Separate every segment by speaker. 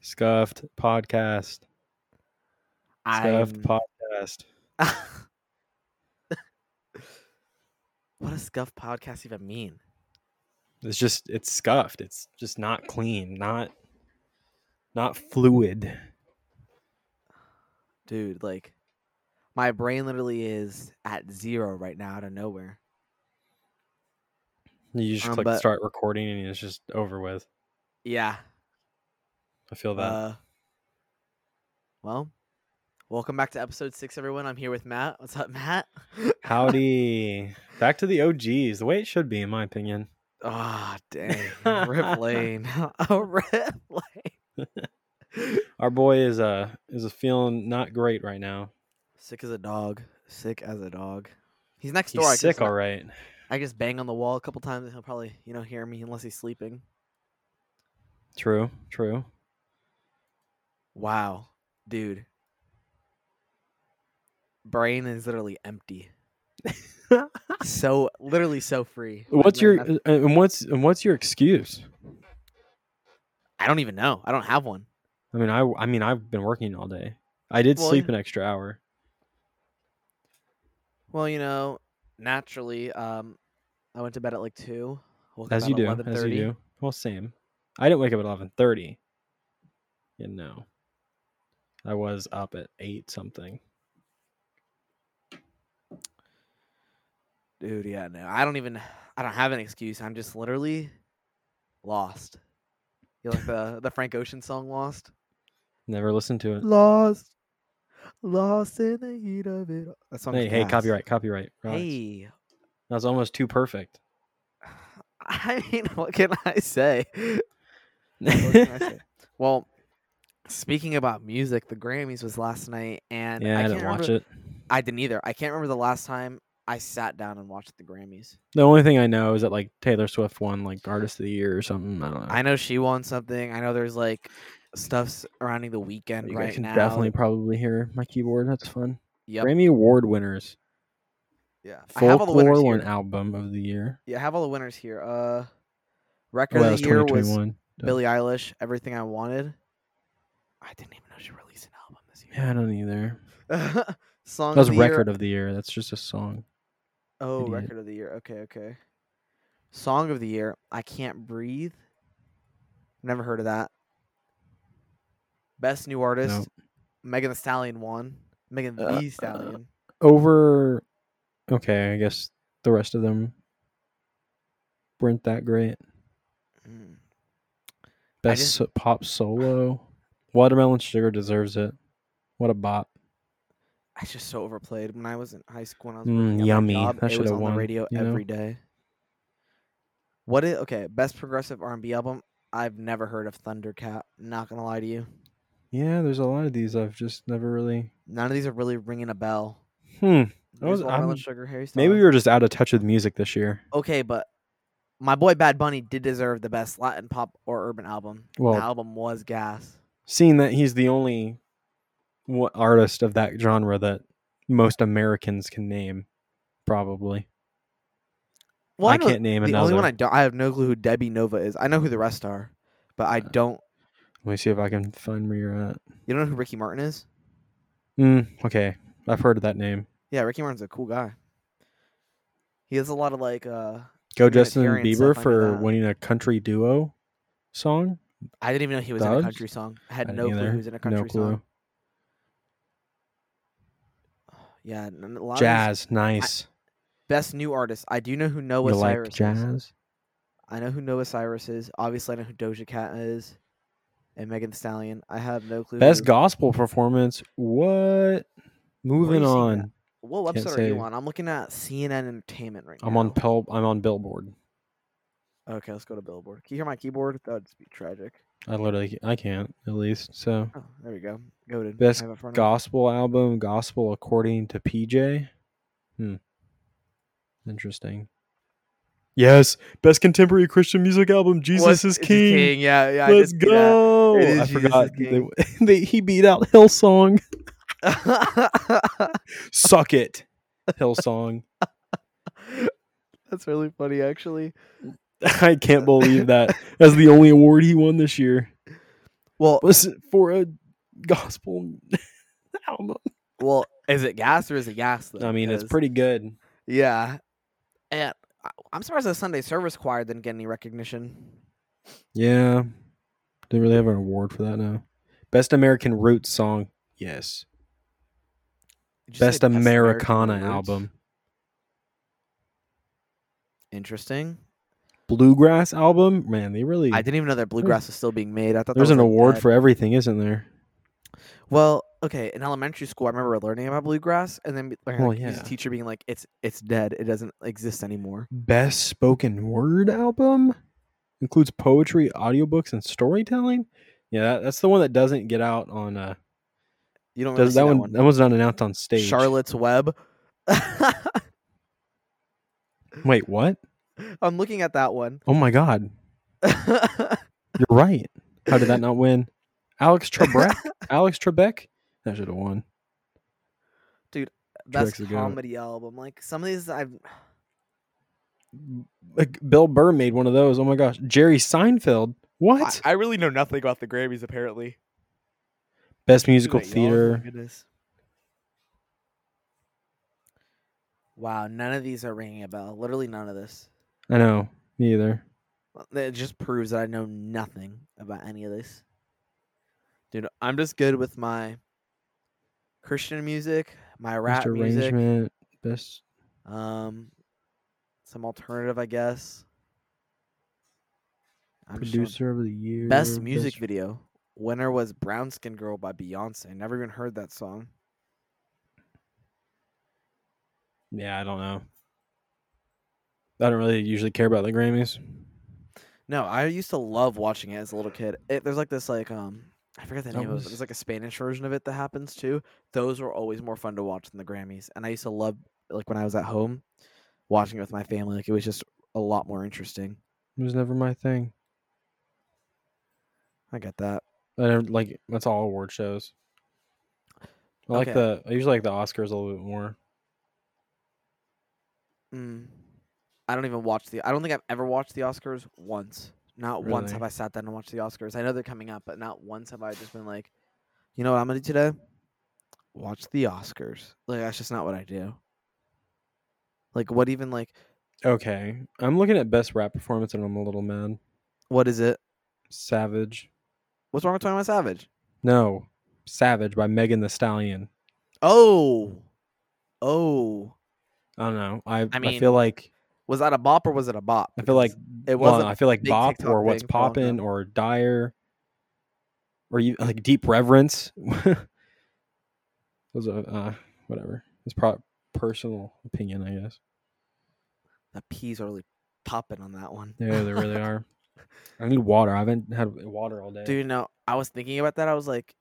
Speaker 1: Scuffed podcast. Scuffed
Speaker 2: I'm-
Speaker 1: podcast.
Speaker 2: what does scuff podcast even mean?
Speaker 1: It's just it's scuffed. It's just not clean. Not not fluid.
Speaker 2: Dude, like my brain literally is at zero right now out of nowhere.
Speaker 1: You just
Speaker 2: Um,
Speaker 1: click
Speaker 2: but-
Speaker 1: start recording and it's just over with.
Speaker 2: Yeah.
Speaker 1: I feel that.
Speaker 2: Uh, well, welcome back to episode six, everyone. I'm here with Matt. What's up, Matt?
Speaker 1: Howdy. Back to the OGs. The way it should be, in my opinion.
Speaker 2: Ah, dang. Rip lane. Oh, Rip lane.
Speaker 1: Our boy is uh is feeling not great right now.
Speaker 2: Sick as a dog. Sick as a dog. He's next
Speaker 1: He's
Speaker 2: door. I
Speaker 1: sick,
Speaker 2: just,
Speaker 1: all right.
Speaker 2: I just bang on the wall a couple times and he'll probably, you know, hear me unless he's sleeping.
Speaker 1: True, true.
Speaker 2: Wow, dude. Brain is literally empty. so literally so free. Like,
Speaker 1: What's
Speaker 2: man,
Speaker 1: your
Speaker 2: I-
Speaker 1: uh, and what's and what's your excuse?
Speaker 2: I don't even know. I don't have one.
Speaker 1: I mean, I I mean, I've been working all day. I did
Speaker 2: Well,
Speaker 1: sleep
Speaker 2: yeah.
Speaker 1: an extra hour.
Speaker 2: Well, you know, naturally, um, I went to bed at like two. Woke
Speaker 1: as
Speaker 2: up
Speaker 1: you
Speaker 2: at
Speaker 1: do, as
Speaker 2: 11:30.
Speaker 1: you do. Well, same. I didn't wake up at eleven thirty. You know, I was up at eight something.
Speaker 2: Dude, yeah, no, I don't even. I don't have an excuse. I'm just literally lost. You like the the Frank Ocean song "Lost"?
Speaker 1: Never listened to it.
Speaker 2: Lost, lost in the heat of it. all. That song.
Speaker 1: Hey, hey,
Speaker 2: kicks ass.
Speaker 1: copyright, copyright. relax.
Speaker 2: Hey,
Speaker 1: That was almost too perfect.
Speaker 2: I mean, what can I say? What can I
Speaker 1: yeah,
Speaker 2: say? well, speaking about music, the Grammys was last night, and I,
Speaker 1: I,
Speaker 2: can't
Speaker 1: didn't watch
Speaker 2: remember-
Speaker 1: it.
Speaker 2: I didn't either. I can't remember the last time I sat down and watched the Grammys.
Speaker 1: The only thing I know is that like Taylor Swift won like Artist of the Year or something. I don't know.
Speaker 2: I know she won something. I know there's like stuff surrounding the weekend
Speaker 1: you guys
Speaker 2: right
Speaker 1: can
Speaker 2: now.
Speaker 1: definitely probably hear my keyboard. That's fun.
Speaker 2: Yep.
Speaker 1: Grammy Award winners.
Speaker 2: Yeah. I have all the winners
Speaker 1: Folklore
Speaker 2: here.
Speaker 1: won Album of the Year.
Speaker 2: Yeah, I have all the winners here. Uh, record
Speaker 1: Well, that
Speaker 2: of
Speaker 1: was
Speaker 2: the year was
Speaker 1: 2021. so-
Speaker 2: Billie Eilish. Everything I wanted. I didn't even know she released an album this
Speaker 1: Yeah, I
Speaker 2: year.
Speaker 1: don't either.
Speaker 2: Song
Speaker 1: That was
Speaker 2: of the year-
Speaker 1: record of the year. That's just a song.
Speaker 2: Oh,
Speaker 1: Idiot.
Speaker 2: record of the year. Okay, okay. Song of the year. I can't breathe. Never heard of that. Best new artist. Megan the Stallion won. Megan
Speaker 1: Uh,
Speaker 2: the Stallion.
Speaker 1: Over. Okay, I guess the rest of them weren't that great.
Speaker 2: Mm. I
Speaker 1: Best
Speaker 2: just-
Speaker 1: so- pop solo. Watermelon Sugar deserves it. What a bop.
Speaker 2: It's just so overplayed. When I was in high school, when I was
Speaker 1: Mm,
Speaker 2: working at my
Speaker 1: yummy.
Speaker 2: job,
Speaker 1: That
Speaker 2: it
Speaker 1: should
Speaker 2: was
Speaker 1: have
Speaker 2: on
Speaker 1: won,
Speaker 2: the radio
Speaker 1: you know?
Speaker 2: every day. What is okay? Best progressive R and B album. I've never heard of Thundercat. Not gonna lie to you.
Speaker 1: Yeah, there's a lot of these I've just never really.
Speaker 2: None of these are really ringing a bell.
Speaker 1: Hmm. I
Speaker 2: There's
Speaker 1: was-
Speaker 2: Watermelon
Speaker 1: I'm-
Speaker 2: Sugar, Harry Styles.
Speaker 1: Maybe we were just out of touch with music this year.
Speaker 2: okay, but my boy Bad Bunny did deserve the best Latin pop or urban album.
Speaker 1: Well-
Speaker 2: the album was gas.
Speaker 1: Seeing that he's the only wa- artist of that genre that most Americans can name, probably.
Speaker 2: Well,
Speaker 1: I
Speaker 2: know
Speaker 1: can't name
Speaker 2: the only one
Speaker 1: another.
Speaker 2: I don't. I have no clue who Debbie Nova is. I know who the rest are, but I
Speaker 1: Uh,
Speaker 2: don't.
Speaker 1: Let me see if I can find where you're at.
Speaker 2: You don't know who Ricky Martin is?
Speaker 1: Mm, okay, I've heard of that name.
Speaker 2: Yeah, Ricky Martin's a cool guy. He has a lot of like. uh
Speaker 1: Go Justin
Speaker 2: Humanitarian
Speaker 1: Bieber
Speaker 2: stuff, I know
Speaker 1: for
Speaker 2: that.
Speaker 1: winning a country duo song.
Speaker 2: I didn't even know he was in a
Speaker 1: Dogs?
Speaker 2: country song. I had
Speaker 1: I didn't
Speaker 2: no clue
Speaker 1: either.
Speaker 2: he was in a
Speaker 1: No
Speaker 2: country song.
Speaker 1: clue.
Speaker 2: Yeah, and a lot of
Speaker 1: Jazz, nice.
Speaker 2: these best new artists. I do know who Noah
Speaker 1: You like
Speaker 2: Cyrus is.
Speaker 1: jazz?
Speaker 2: I know who Noah Cyrus is. Obviously, I know who Doja Cat is, and Megan Thee Stallion. I have no clue.
Speaker 1: Best
Speaker 2: who-
Speaker 1: gospel performance. What?
Speaker 2: Where
Speaker 1: Moving
Speaker 2: you seeing
Speaker 1: on.
Speaker 2: What
Speaker 1: Can't
Speaker 2: website are you
Speaker 1: say.
Speaker 2: on? I'm looking at CNN Entertainment right now.
Speaker 1: I'm on Pel- I'm on Billboard.
Speaker 2: Okay, let's go to Billboard. Can you hear my keyboard? That would just be tragic.
Speaker 1: I literally I can't at least. So
Speaker 2: Oh, there we go. Go to
Speaker 1: Best
Speaker 2: have it for now.
Speaker 1: gospel album, gospel according to PJ. Hmm. Interesting. Yes, best contemporary Christian music album. Jesus
Speaker 2: What's-
Speaker 1: is
Speaker 2: it's
Speaker 1: king.
Speaker 2: Yeah, yeah. I
Speaker 1: Let's
Speaker 2: did see that.
Speaker 1: go!
Speaker 2: It is
Speaker 1: I
Speaker 2: Jesus is
Speaker 1: forgot
Speaker 2: king.
Speaker 1: they, they, he beat out Hillsong. Suck it, Hillsong.
Speaker 2: That's really funny, actually.
Speaker 1: I can't believe that. That's the only award he won this year.
Speaker 2: Well,
Speaker 1: was it for a gospel album?
Speaker 2: well, is it gas or is it gas? Though?
Speaker 1: I mean, it's
Speaker 2: Because-
Speaker 1: pretty good.
Speaker 2: Yeah, and I- I'm surprised the Sunday service choir didn't get any recognition.
Speaker 1: Yeah. Didn't really have an award for that now. Best American Roots song. Yes.
Speaker 2: Did you say
Speaker 1: Best Americana
Speaker 2: Roots?
Speaker 1: album.
Speaker 2: Interesting.
Speaker 1: Bluegrass album. Man, they really.
Speaker 2: I didn't even know that bluegrass was still being made. I thought that
Speaker 1: Hmm. there's
Speaker 2: was
Speaker 1: an
Speaker 2: like
Speaker 1: award
Speaker 2: dead.
Speaker 1: for everything, isn't there?
Speaker 2: Well, okay, in elementary school, I remember learning about bluegrass, and then like,
Speaker 1: Well,
Speaker 2: our music
Speaker 1: yeah.
Speaker 2: teacher being like, "It's it's dead. It doesn't exist anymore."
Speaker 1: Best Spoken Word album. Includes poetry, audiobooks, and storytelling. Yeah, that, that's the one that doesn't get out on. Uh,
Speaker 2: You don't really
Speaker 1: does
Speaker 2: Oh, see
Speaker 1: that, one, That one's not announced on stage.
Speaker 2: Charlotte's Web.
Speaker 1: Wait, what?
Speaker 2: I'm looking at that one.
Speaker 1: Oh my God, you're right. How did that not win? Alex Trebek. Alex Trebek. That should have won. Tracks
Speaker 2: Best
Speaker 1: ago.
Speaker 2: comedy album. Like some of these, I've
Speaker 1: Like Bill Burr made one of those. Oh my gosh, Jerry Seinfeld. What?
Speaker 2: I, I really know nothing about the Grammys. Apparently,
Speaker 1: Best musical
Speaker 2: Look at y'all, Oh my
Speaker 1: theater.
Speaker 2: goodness. Wow, none of these are ringing a bell. Literally none of this.
Speaker 1: I know. Me either.
Speaker 2: Well, It just proves that I know nothing about any of this. Dude, I'm just good with my Christian music, my rap
Speaker 1: Best
Speaker 2: music,
Speaker 1: arrangement. Best.
Speaker 2: um, some alternative, I guess. I'm just doing-
Speaker 1: producer of the year.
Speaker 2: best music video. Winner was Brown Skin Girl by Beyonce. Never even heard that song.
Speaker 1: Yeah, I don't know. I don't really usually care about the Grammys.
Speaker 2: No, I used to love watching it as a little kid. It, there's like this like um I forget the
Speaker 1: That
Speaker 2: name of it. but
Speaker 1: was-
Speaker 2: There's like a Spanish version of it that happens too. Those were always more fun to watch than the Grammys. And I used to love like when I was at home watching it with my family. Like it was just a lot more interesting.
Speaker 1: It was never my thing.
Speaker 2: I get that.
Speaker 1: I never, like that's all award shows. I like
Speaker 2: Okay.
Speaker 1: the I usually like the Oscars a little bit more.
Speaker 2: Mm. I don't even watch the. I don't think I've ever watched the Oscars once. Not once
Speaker 1: Really?
Speaker 2: have I sat down and watched the Oscars. I know they're coming up, but not once have I just been like, you know what I'm gonna do today? Watch the Oscars. Like that's just not what I do. Like what even like
Speaker 1: Okay, I'm looking at best rap performance and I'm a little mad.
Speaker 2: what is it?
Speaker 1: Savage,
Speaker 2: What's wrong with talking about Savage?
Speaker 1: no, Savage by Megan the Stallion.
Speaker 2: Oh, oh,
Speaker 1: I don't know. I I,
Speaker 2: mean,
Speaker 1: feel like
Speaker 2: was that a bop or was it a bop?
Speaker 1: I feel like
Speaker 2: Because it
Speaker 1: well,
Speaker 2: wasn't.
Speaker 1: I feel like
Speaker 2: big
Speaker 1: Bop
Speaker 2: TikTok
Speaker 1: or What's
Speaker 2: thing for a long time.
Speaker 1: Poppin' or Dire or you like Deep Reverence. Those are uh, whatever. It's pro- personal opinion, I guess.
Speaker 2: the peas are really popping on that one.
Speaker 1: Yeah, they really are. I need water. I haven't had water all day.
Speaker 2: Dude, no, I was thinking about that. I was like,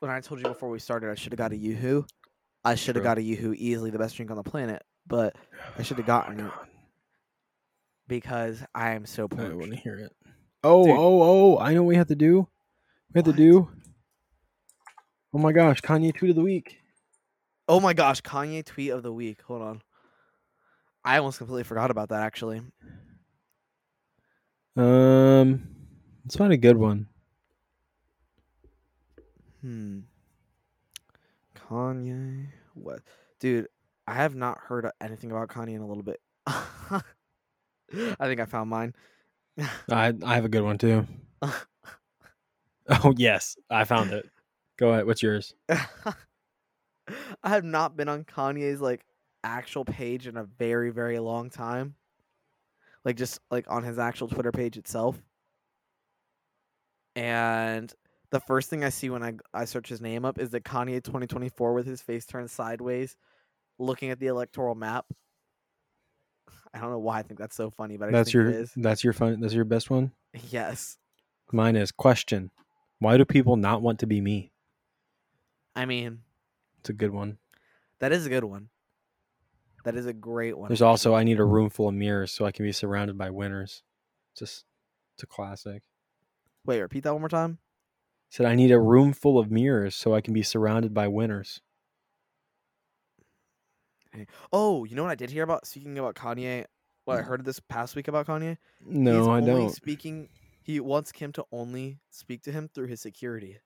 Speaker 2: when I told you before we started, I should have got a Yoo-Hoo. I should have
Speaker 1: True.
Speaker 2: got a Yoo-Hoo easily, the best drink on the planet, but I should have gotten it because I am so
Speaker 1: I want
Speaker 2: parched.
Speaker 1: to hear it. Oh,
Speaker 2: Dude.
Speaker 1: oh, oh! I know what we have to do. We have
Speaker 2: What?
Speaker 1: to do. Oh my gosh, Kanye tweet of the week.
Speaker 2: Oh my gosh, Kanye tweet of the week. Hold on. I almost completely forgot about that actually.
Speaker 1: Um, let's find a good one.
Speaker 2: Hmm. Kanye, what? Dude, I have not heard anything about Kanye in a little bit. I think I found mine.
Speaker 1: I I have a good one too. Oh yes, I found it. Go ahead. What's yours?
Speaker 2: I have not been on Kanye's like actual page in a very very long time. Like just like on his actual Twitter page itself. And the first thing I see when I g- I search his name up is the Kanye 2024 with his face turned sideways looking at the electoral map. I don't know why I think that's so funny, but I
Speaker 1: That's
Speaker 2: just think
Speaker 1: your that's your fun. That's your best one.
Speaker 2: it is. Yes.
Speaker 1: Mine is question. Why do people not want to be me?
Speaker 2: I mean,
Speaker 1: It's a good one.
Speaker 2: that is a good one. That is a great one.
Speaker 1: There's also I need a room full of mirrors so I can be surrounded by winners. Just it's a classic.
Speaker 2: Wait, repeat that one more time.
Speaker 1: Said I need a room full of mirrors so I can be surrounded by winners.
Speaker 2: Oh, you know what I did hear about? Speaking about Kanye, what I heard this past week about Kanye.
Speaker 1: Mm. No,
Speaker 2: He's
Speaker 1: I
Speaker 2: only
Speaker 1: don't.
Speaker 2: Speaking, He wants Kim to only speak to him through his security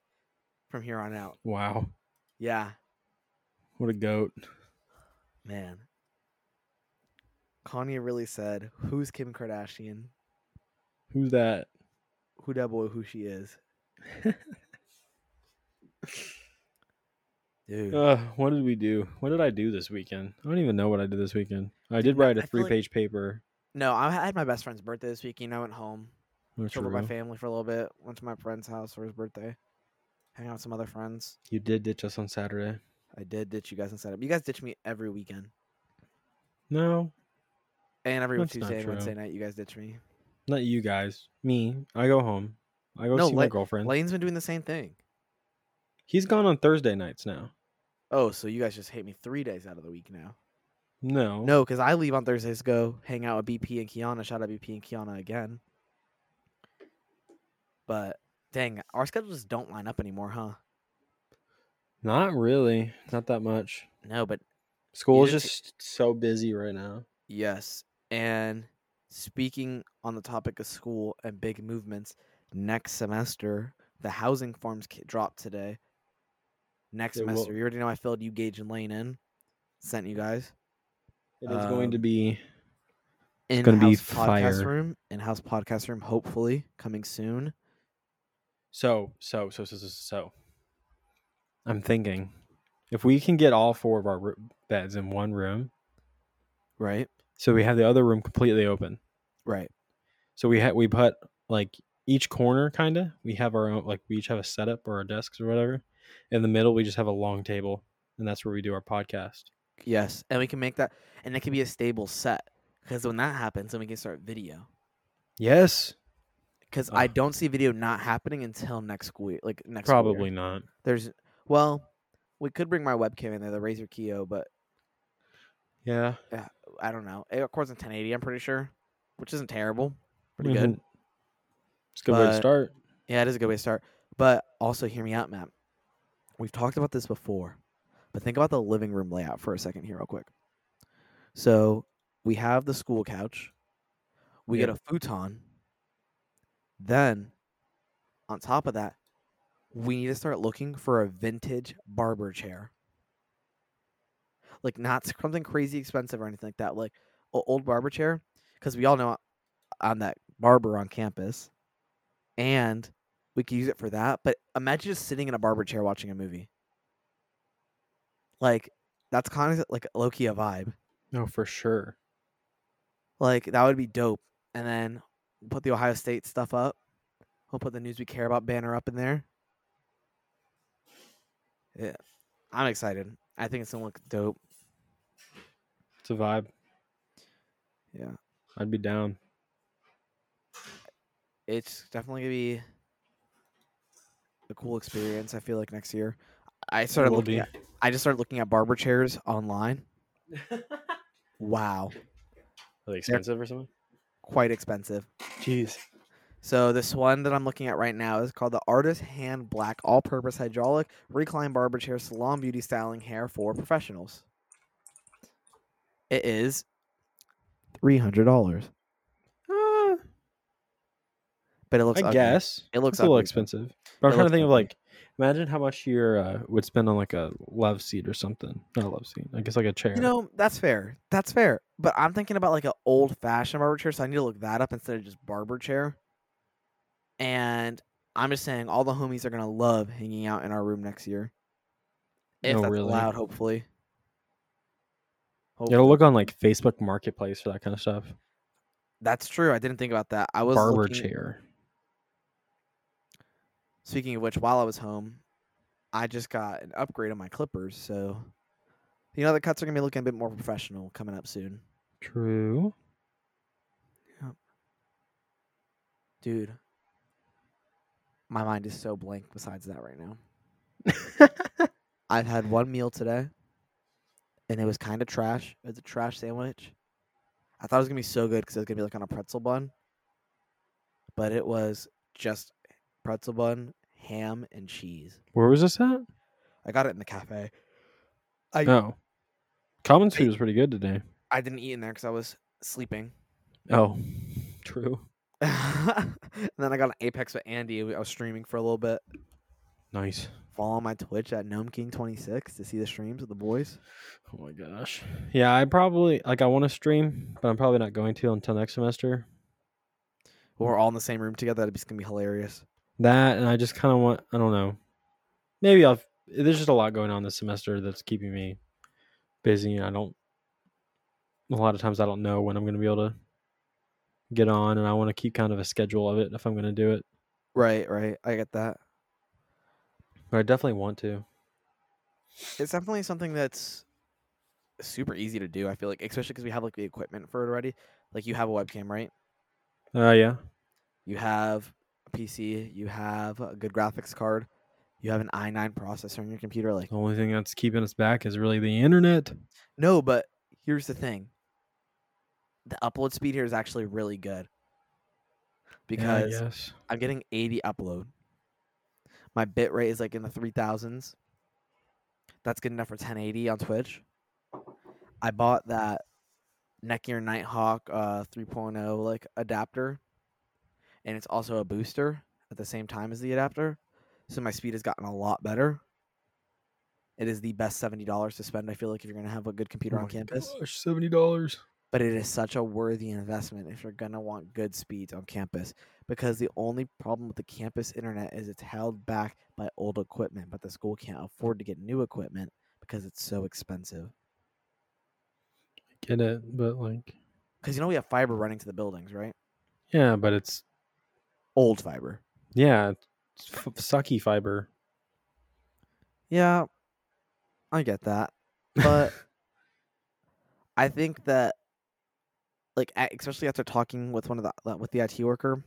Speaker 2: from here on out.
Speaker 1: Wow.
Speaker 2: Yeah,
Speaker 1: What a goat.
Speaker 2: man. Kanye really said, "Who's Kim Kardashian?
Speaker 1: Who's that?
Speaker 2: Who that boy? Who she is?" Dude,
Speaker 1: Uh, what did we do? What did I do this weekend? I don't even know what I did this weekend. I did write a
Speaker 2: I feel
Speaker 1: three
Speaker 2: like-
Speaker 1: page paper.
Speaker 2: no, I had my best friend's birthday this weekend. I went home.
Speaker 1: which
Speaker 2: It's over my
Speaker 1: were-
Speaker 2: family for a little bit. Went to my friend's house for his birthday. Hang out with some other friends.
Speaker 1: You did ditch us on Saturday.
Speaker 2: I did ditch you guys and set up. You guys ditch me every weekend.
Speaker 1: No,
Speaker 2: And every
Speaker 1: That's not
Speaker 2: Tuesday and
Speaker 1: true.
Speaker 2: Wednesday night you guys ditch me.
Speaker 1: not you guys. Me. I go home. I go
Speaker 2: No,
Speaker 1: see my
Speaker 2: Lay-
Speaker 1: girlfriend.
Speaker 2: Lane's been doing the same thing.
Speaker 1: He's gone on Thursday nights now.
Speaker 2: Oh, so you guys just hate me three days out of the week now.
Speaker 1: No.
Speaker 2: No, because I leave on Thursdays to go hang out with BP and Kiana. Shout out BP and Kiana again. But dang, our schedules just don't line up anymore, huh?
Speaker 1: Not really. Not that much.
Speaker 2: No, but
Speaker 1: School is
Speaker 2: didn't
Speaker 1: just so busy right now.
Speaker 2: Yes. And speaking on the topic of school and big movements, next semester, the housing forms ki- dropped today. Next
Speaker 1: They will-
Speaker 2: semester, you already know I filled you, Gage, and Lane in. Sent you guys.
Speaker 1: It is going to
Speaker 2: Um,
Speaker 1: be
Speaker 2: In
Speaker 1: gonna be
Speaker 2: podcast
Speaker 1: fire.
Speaker 2: room. In house podcast room, hopefully coming soon.
Speaker 1: so so so so so. so. I'm thinking, if we can get all four of our roo- beds in one room,
Speaker 2: Right.
Speaker 1: so we have the other room completely open.
Speaker 2: Right.
Speaker 1: So we had we put like each corner kind of. We have our own like we each have a setup or our desks or whatever. In the middle, we just have a long table, and that's where we do our podcast.
Speaker 2: Yes. And we can make that, and it can be a stable set. Because when that happens, then we can start video.
Speaker 1: Yes,
Speaker 2: Because I
Speaker 1: Ugh.
Speaker 2: don't see video not happening until next school, year- like next school year.
Speaker 1: probably not.
Speaker 2: There's well, we could bring my webcam in there, the Razer Keo, but
Speaker 1: Yeah,
Speaker 2: I don't know. eh, It records in 1080, I'm pretty sure, which isn't terrible. Pretty good.
Speaker 1: Mhm. It's a good way to
Speaker 2: But-
Speaker 1: start.
Speaker 2: Yeah, it is a good way to start. But also, hear me out, Matt. We've talked about this before, but think about the living room layout for a second here, real quick. So we have the school couch, we get
Speaker 1: Yep.
Speaker 2: a futon. Then, on top of that, we need to start looking for a vintage barber chair. Like, not something crazy expensive or anything like that. Like, an old barber chair, because we all know I'm that barber on campus. And we could use it for that. But imagine just sitting in a barber chair watching a movie. Like that's kind of like low key a vibe.
Speaker 1: No, for sure.
Speaker 2: Like that would be dope. And then we'll put the Ohio State stuff up. We'll put the news we care about banner up in there. Yeah, I'm excited. I think it's gonna look dope.
Speaker 1: It's a vibe.
Speaker 2: Yeah,
Speaker 1: I'd be down.
Speaker 2: it's definitely gonna be a cool experience. I feel like next year. I started
Speaker 1: Will
Speaker 2: looking.
Speaker 1: be.
Speaker 2: At, I just started looking at barber chairs online. Wow.
Speaker 1: Are they expensive or something?
Speaker 2: quite expensive.
Speaker 1: Jeez.
Speaker 2: So this one that I'm looking at right now is called the Artist Hand Black All-Purpose Hydraulic Recline Barber Chair Salon Beauty Styling Hair for Professionals. It is three hundred dollars, but it looks.
Speaker 1: Ah, I
Speaker 2: ugly.
Speaker 1: guess
Speaker 2: it looks
Speaker 1: It's a little
Speaker 2: ugly.
Speaker 1: expensive. But I'm
Speaker 2: It
Speaker 1: trying to
Speaker 2: looks
Speaker 1: think of
Speaker 2: ugly.
Speaker 1: like, imagine how much you uh, would spend on like a love seat or something. Not a love seat. I guess like a chair.
Speaker 2: You know that's fair. That's fair. But I'm thinking about like an old-fashioned barber chair, so I need to look that up instead of just barber chair. And I'm just saying, all the homies are gonna love hanging out in our room next year, if
Speaker 1: No,
Speaker 2: that's
Speaker 1: Oh, really.
Speaker 2: allowed. Hopefully.
Speaker 1: It'll look on like Facebook Marketplace for that kind of stuff.
Speaker 2: That's true. I didn't think about that. I was
Speaker 1: Barber
Speaker 2: looking-
Speaker 1: chair.
Speaker 2: Speaking of which, while I was home, I just got an upgrade on my clippers, so you know the cuts are gonna be looking a bit more professional coming up soon,
Speaker 1: True.
Speaker 2: dude. My mind is so blank. Besides that, right now, I've had one meal today, and it was kind of trash. It was a trash sandwich. I thought it was gonna be so good because it was gonna be like on a pretzel bun, but it was just pretzel bun, ham, and cheese.
Speaker 1: Where was this at?
Speaker 2: I got it in the cafe. I
Speaker 1: No. Common food was pretty good today.
Speaker 2: I didn't eat in there because I was sleeping.
Speaker 1: Oh. True.
Speaker 2: and then I got an Apex with Andy. I was streaming for a little bit.
Speaker 1: Nice.
Speaker 2: Follow my Twitch at Gnome King 26 to see the streams of the boys.
Speaker 1: Oh my gosh. Yeah, I probably like I want to stream, but I'm probably not going to until next semester.
Speaker 2: We're all in the same room together. That'd be gonna be hilarious.
Speaker 1: That and I just kind of want I don't know. Maybe I'll there's just a lot going on this semester that's keeping me busy. I don't a lot of times I don't know when I'm going to be able to get on and I want to keep kind of a schedule of it if I'm going to do it.
Speaker 2: Right, right. I get that.
Speaker 1: But I definitely want to.
Speaker 2: It's definitely something that's super easy to do. I feel like, especially because we have like the equipment for it already. Like you have a webcam, right?
Speaker 1: Uh yeah.
Speaker 2: You have a PC. You have a good graphics card. You have an i9 processor on your computer. Like
Speaker 1: The only thing that's keeping us back is really the internet.
Speaker 2: no, but here's the thing: the upload speed here is actually really good
Speaker 1: Yeah, I
Speaker 2: because
Speaker 1: guess.
Speaker 2: I'm getting 80 upload. My bit rate is like in the 3000s. That's good enough for 1080 on Twitch. I bought that Netgear Nighthawk uh, 3.0 like adapter, and it's also a booster at the same time as the adapter, so my speed has gotten a lot better. It is the best seventy dollars to spend. I feel like if you're gonna have a good computer
Speaker 1: Oh
Speaker 2: on
Speaker 1: my
Speaker 2: campus,
Speaker 1: gosh, seventy dollars.
Speaker 2: but it is such a worthy investment if you're going to want good speeds on campus because the only problem with the campus internet is it's held back by old equipment but the school can't afford to get new equipment because it's so expensive
Speaker 1: Get it, but like,
Speaker 2: because you know we have fiber running to the buildings right
Speaker 1: yeah, but it's
Speaker 2: old fiber
Speaker 1: yeah, it's f- sucky fiber.
Speaker 2: yeah i get that but i think that like a- especially after talking with one of the uh, with the IT worker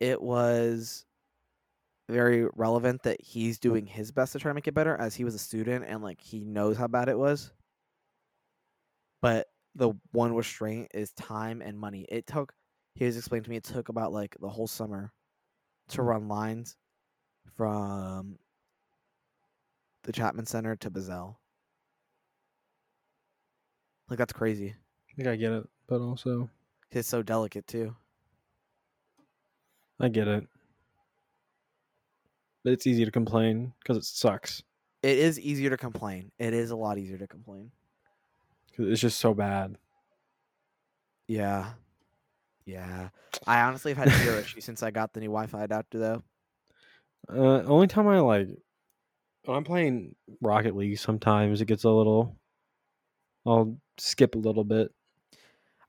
Speaker 2: it was very relevant that he's doing his best to try to make it better as he was a student and like he knows how bad it was but the one restraint is time and money it took he was explained to me it took about like the whole summer to run lines from the Chapman Center to Bazell. Like that's crazy.
Speaker 1: I think I get it, but also
Speaker 2: 'Cause It's so delicate too.
Speaker 1: I get it. But it's easy to complain because it sucks.
Speaker 2: It is easier to complain. It is a lot easier to complain.
Speaker 1: 'Cause it's just so bad.
Speaker 2: Yeah. Yeah. I honestly have had zero issues since I got the new Wi Fi adapter though.
Speaker 1: Uh, only time I like, when I'm playing Rocket League. Sometimes it gets a little. I'll skip a little bit.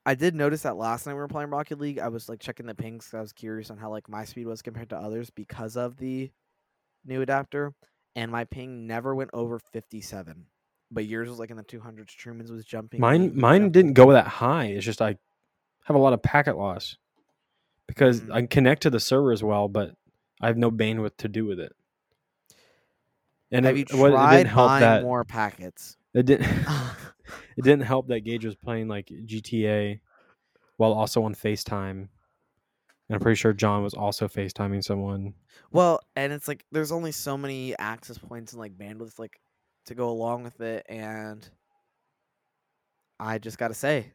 Speaker 2: I did notice that last night we were playing Rocket League, I was like checking the pings 'cause I was curious on how like my speed was compared to others because of the new adapter, and my ping never went over fifty seven. But yours was like in the two hundreds. Truman's was jumping.
Speaker 1: Mine,
Speaker 2: Liam was
Speaker 1: mine
Speaker 2: jumping.
Speaker 1: didn't go that high. It's just I have a lot of packet loss because
Speaker 2: Mm.
Speaker 1: I connect to the server as well, but I have no bandwidth to do with it. And
Speaker 2: Have
Speaker 1: it,
Speaker 2: you
Speaker 1: it wa- it
Speaker 2: tried
Speaker 1: didn't help
Speaker 2: buying
Speaker 1: that
Speaker 2: more packets?
Speaker 1: it didn't it didn't help that Gage was playing like GTA while also on FaceTime. And I'm pretty sure John was also FaceTiming someone.
Speaker 2: well, and it's like there's only so many access points and like bandwidth like to go along with it, and I just gotta say,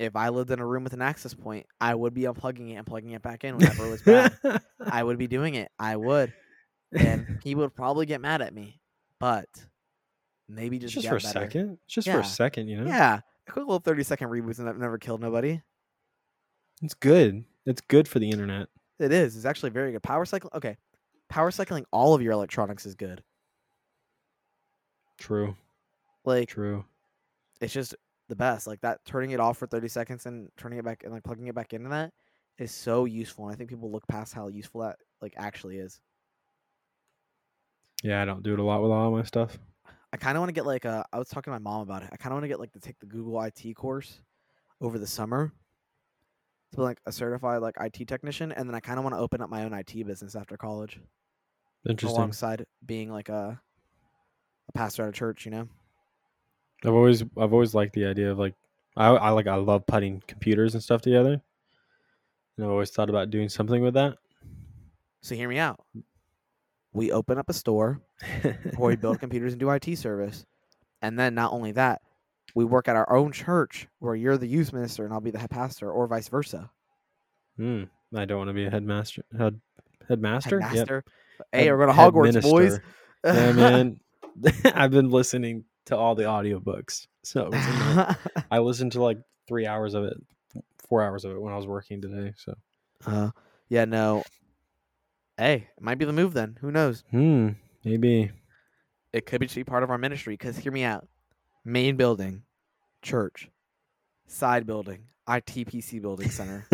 Speaker 2: if I lived in a room with an access point, I would be unplugging it and plugging it back in whenever it was bad. I would be doing it. I would, and he would probably get mad at me, but maybe just,
Speaker 1: just
Speaker 2: get
Speaker 1: for a
Speaker 2: better.
Speaker 1: second. Just for
Speaker 2: Yeah.
Speaker 1: a second, you know?
Speaker 2: Yeah, a quick little thirty second reboot and I've never killed nobody.
Speaker 1: It's good. It's good for the internet.
Speaker 2: It is. It's actually very good. Power cycle. Okay, power cycling all of your electronics is good.
Speaker 1: True.
Speaker 2: Like
Speaker 1: True.
Speaker 2: it's just the best. Like that, turning it off for thirty seconds and turning it back and like plugging it back into that is so useful. And I think people look past how useful that like actually is.
Speaker 1: Yeah, I don't do it a lot with all my stuff.
Speaker 2: I kind of want to get like a. I was talking to my mom about it. I kind of want to get like to take the Google IT course over the summer to be like a certified like IT technician, and then I kind of want to open up my own IT business after college
Speaker 1: Interesting.
Speaker 2: alongside being like a a pastor at a church. You know.
Speaker 1: I've always I've always liked the idea of like I, I like I love putting computers and stuff together. And I've always thought about doing something with that.
Speaker 2: So hear me out. We open up a store where we build computers and do IT service. And then not only that, we work at our own church where you're the youth minister and I'll be the head pastor, or vice versa.
Speaker 1: Hmm. I don't want to be a headmaster. Head, headmaster? Yep.
Speaker 2: Headmaster. Hey,
Speaker 1: Head-
Speaker 2: we're going to
Speaker 1: head
Speaker 2: Hogwarts, boys.
Speaker 1: minister. yeah, man. I've been listening to all the audiobooks. So it was a nice- I listened to like three hours of it, four hours of it when I was working today. So,
Speaker 2: Uh, yeah, no. Hey, it might be the move then. Who knows?
Speaker 1: hmm, maybe.
Speaker 2: It could be to be part of our ministry. Because hear me out. Main building, church, side building, ITPC building center,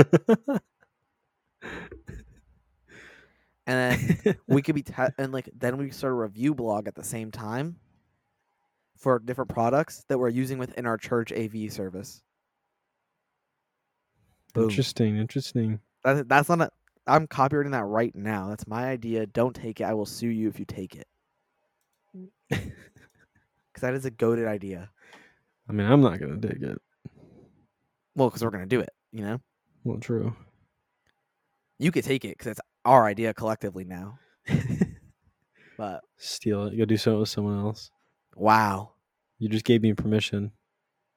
Speaker 2: and then we could be te- and like then we start a review blog at the same time for different products that we're using within our church AV service. Boom.
Speaker 1: interesting, interesting.
Speaker 2: That, that's not a. I'm copywriting that right now. That's my idea. Don't take it. I will sue you if you take it. Because that is a goaded idea.
Speaker 1: I mean, I'm not gonna dig it.
Speaker 2: Well, because we're gonna do it. You know,
Speaker 1: Well, true.
Speaker 2: you could take it because it's our idea collectively now. But
Speaker 1: Steal it. Go do something with someone else.
Speaker 2: wow,
Speaker 1: You just gave me permission.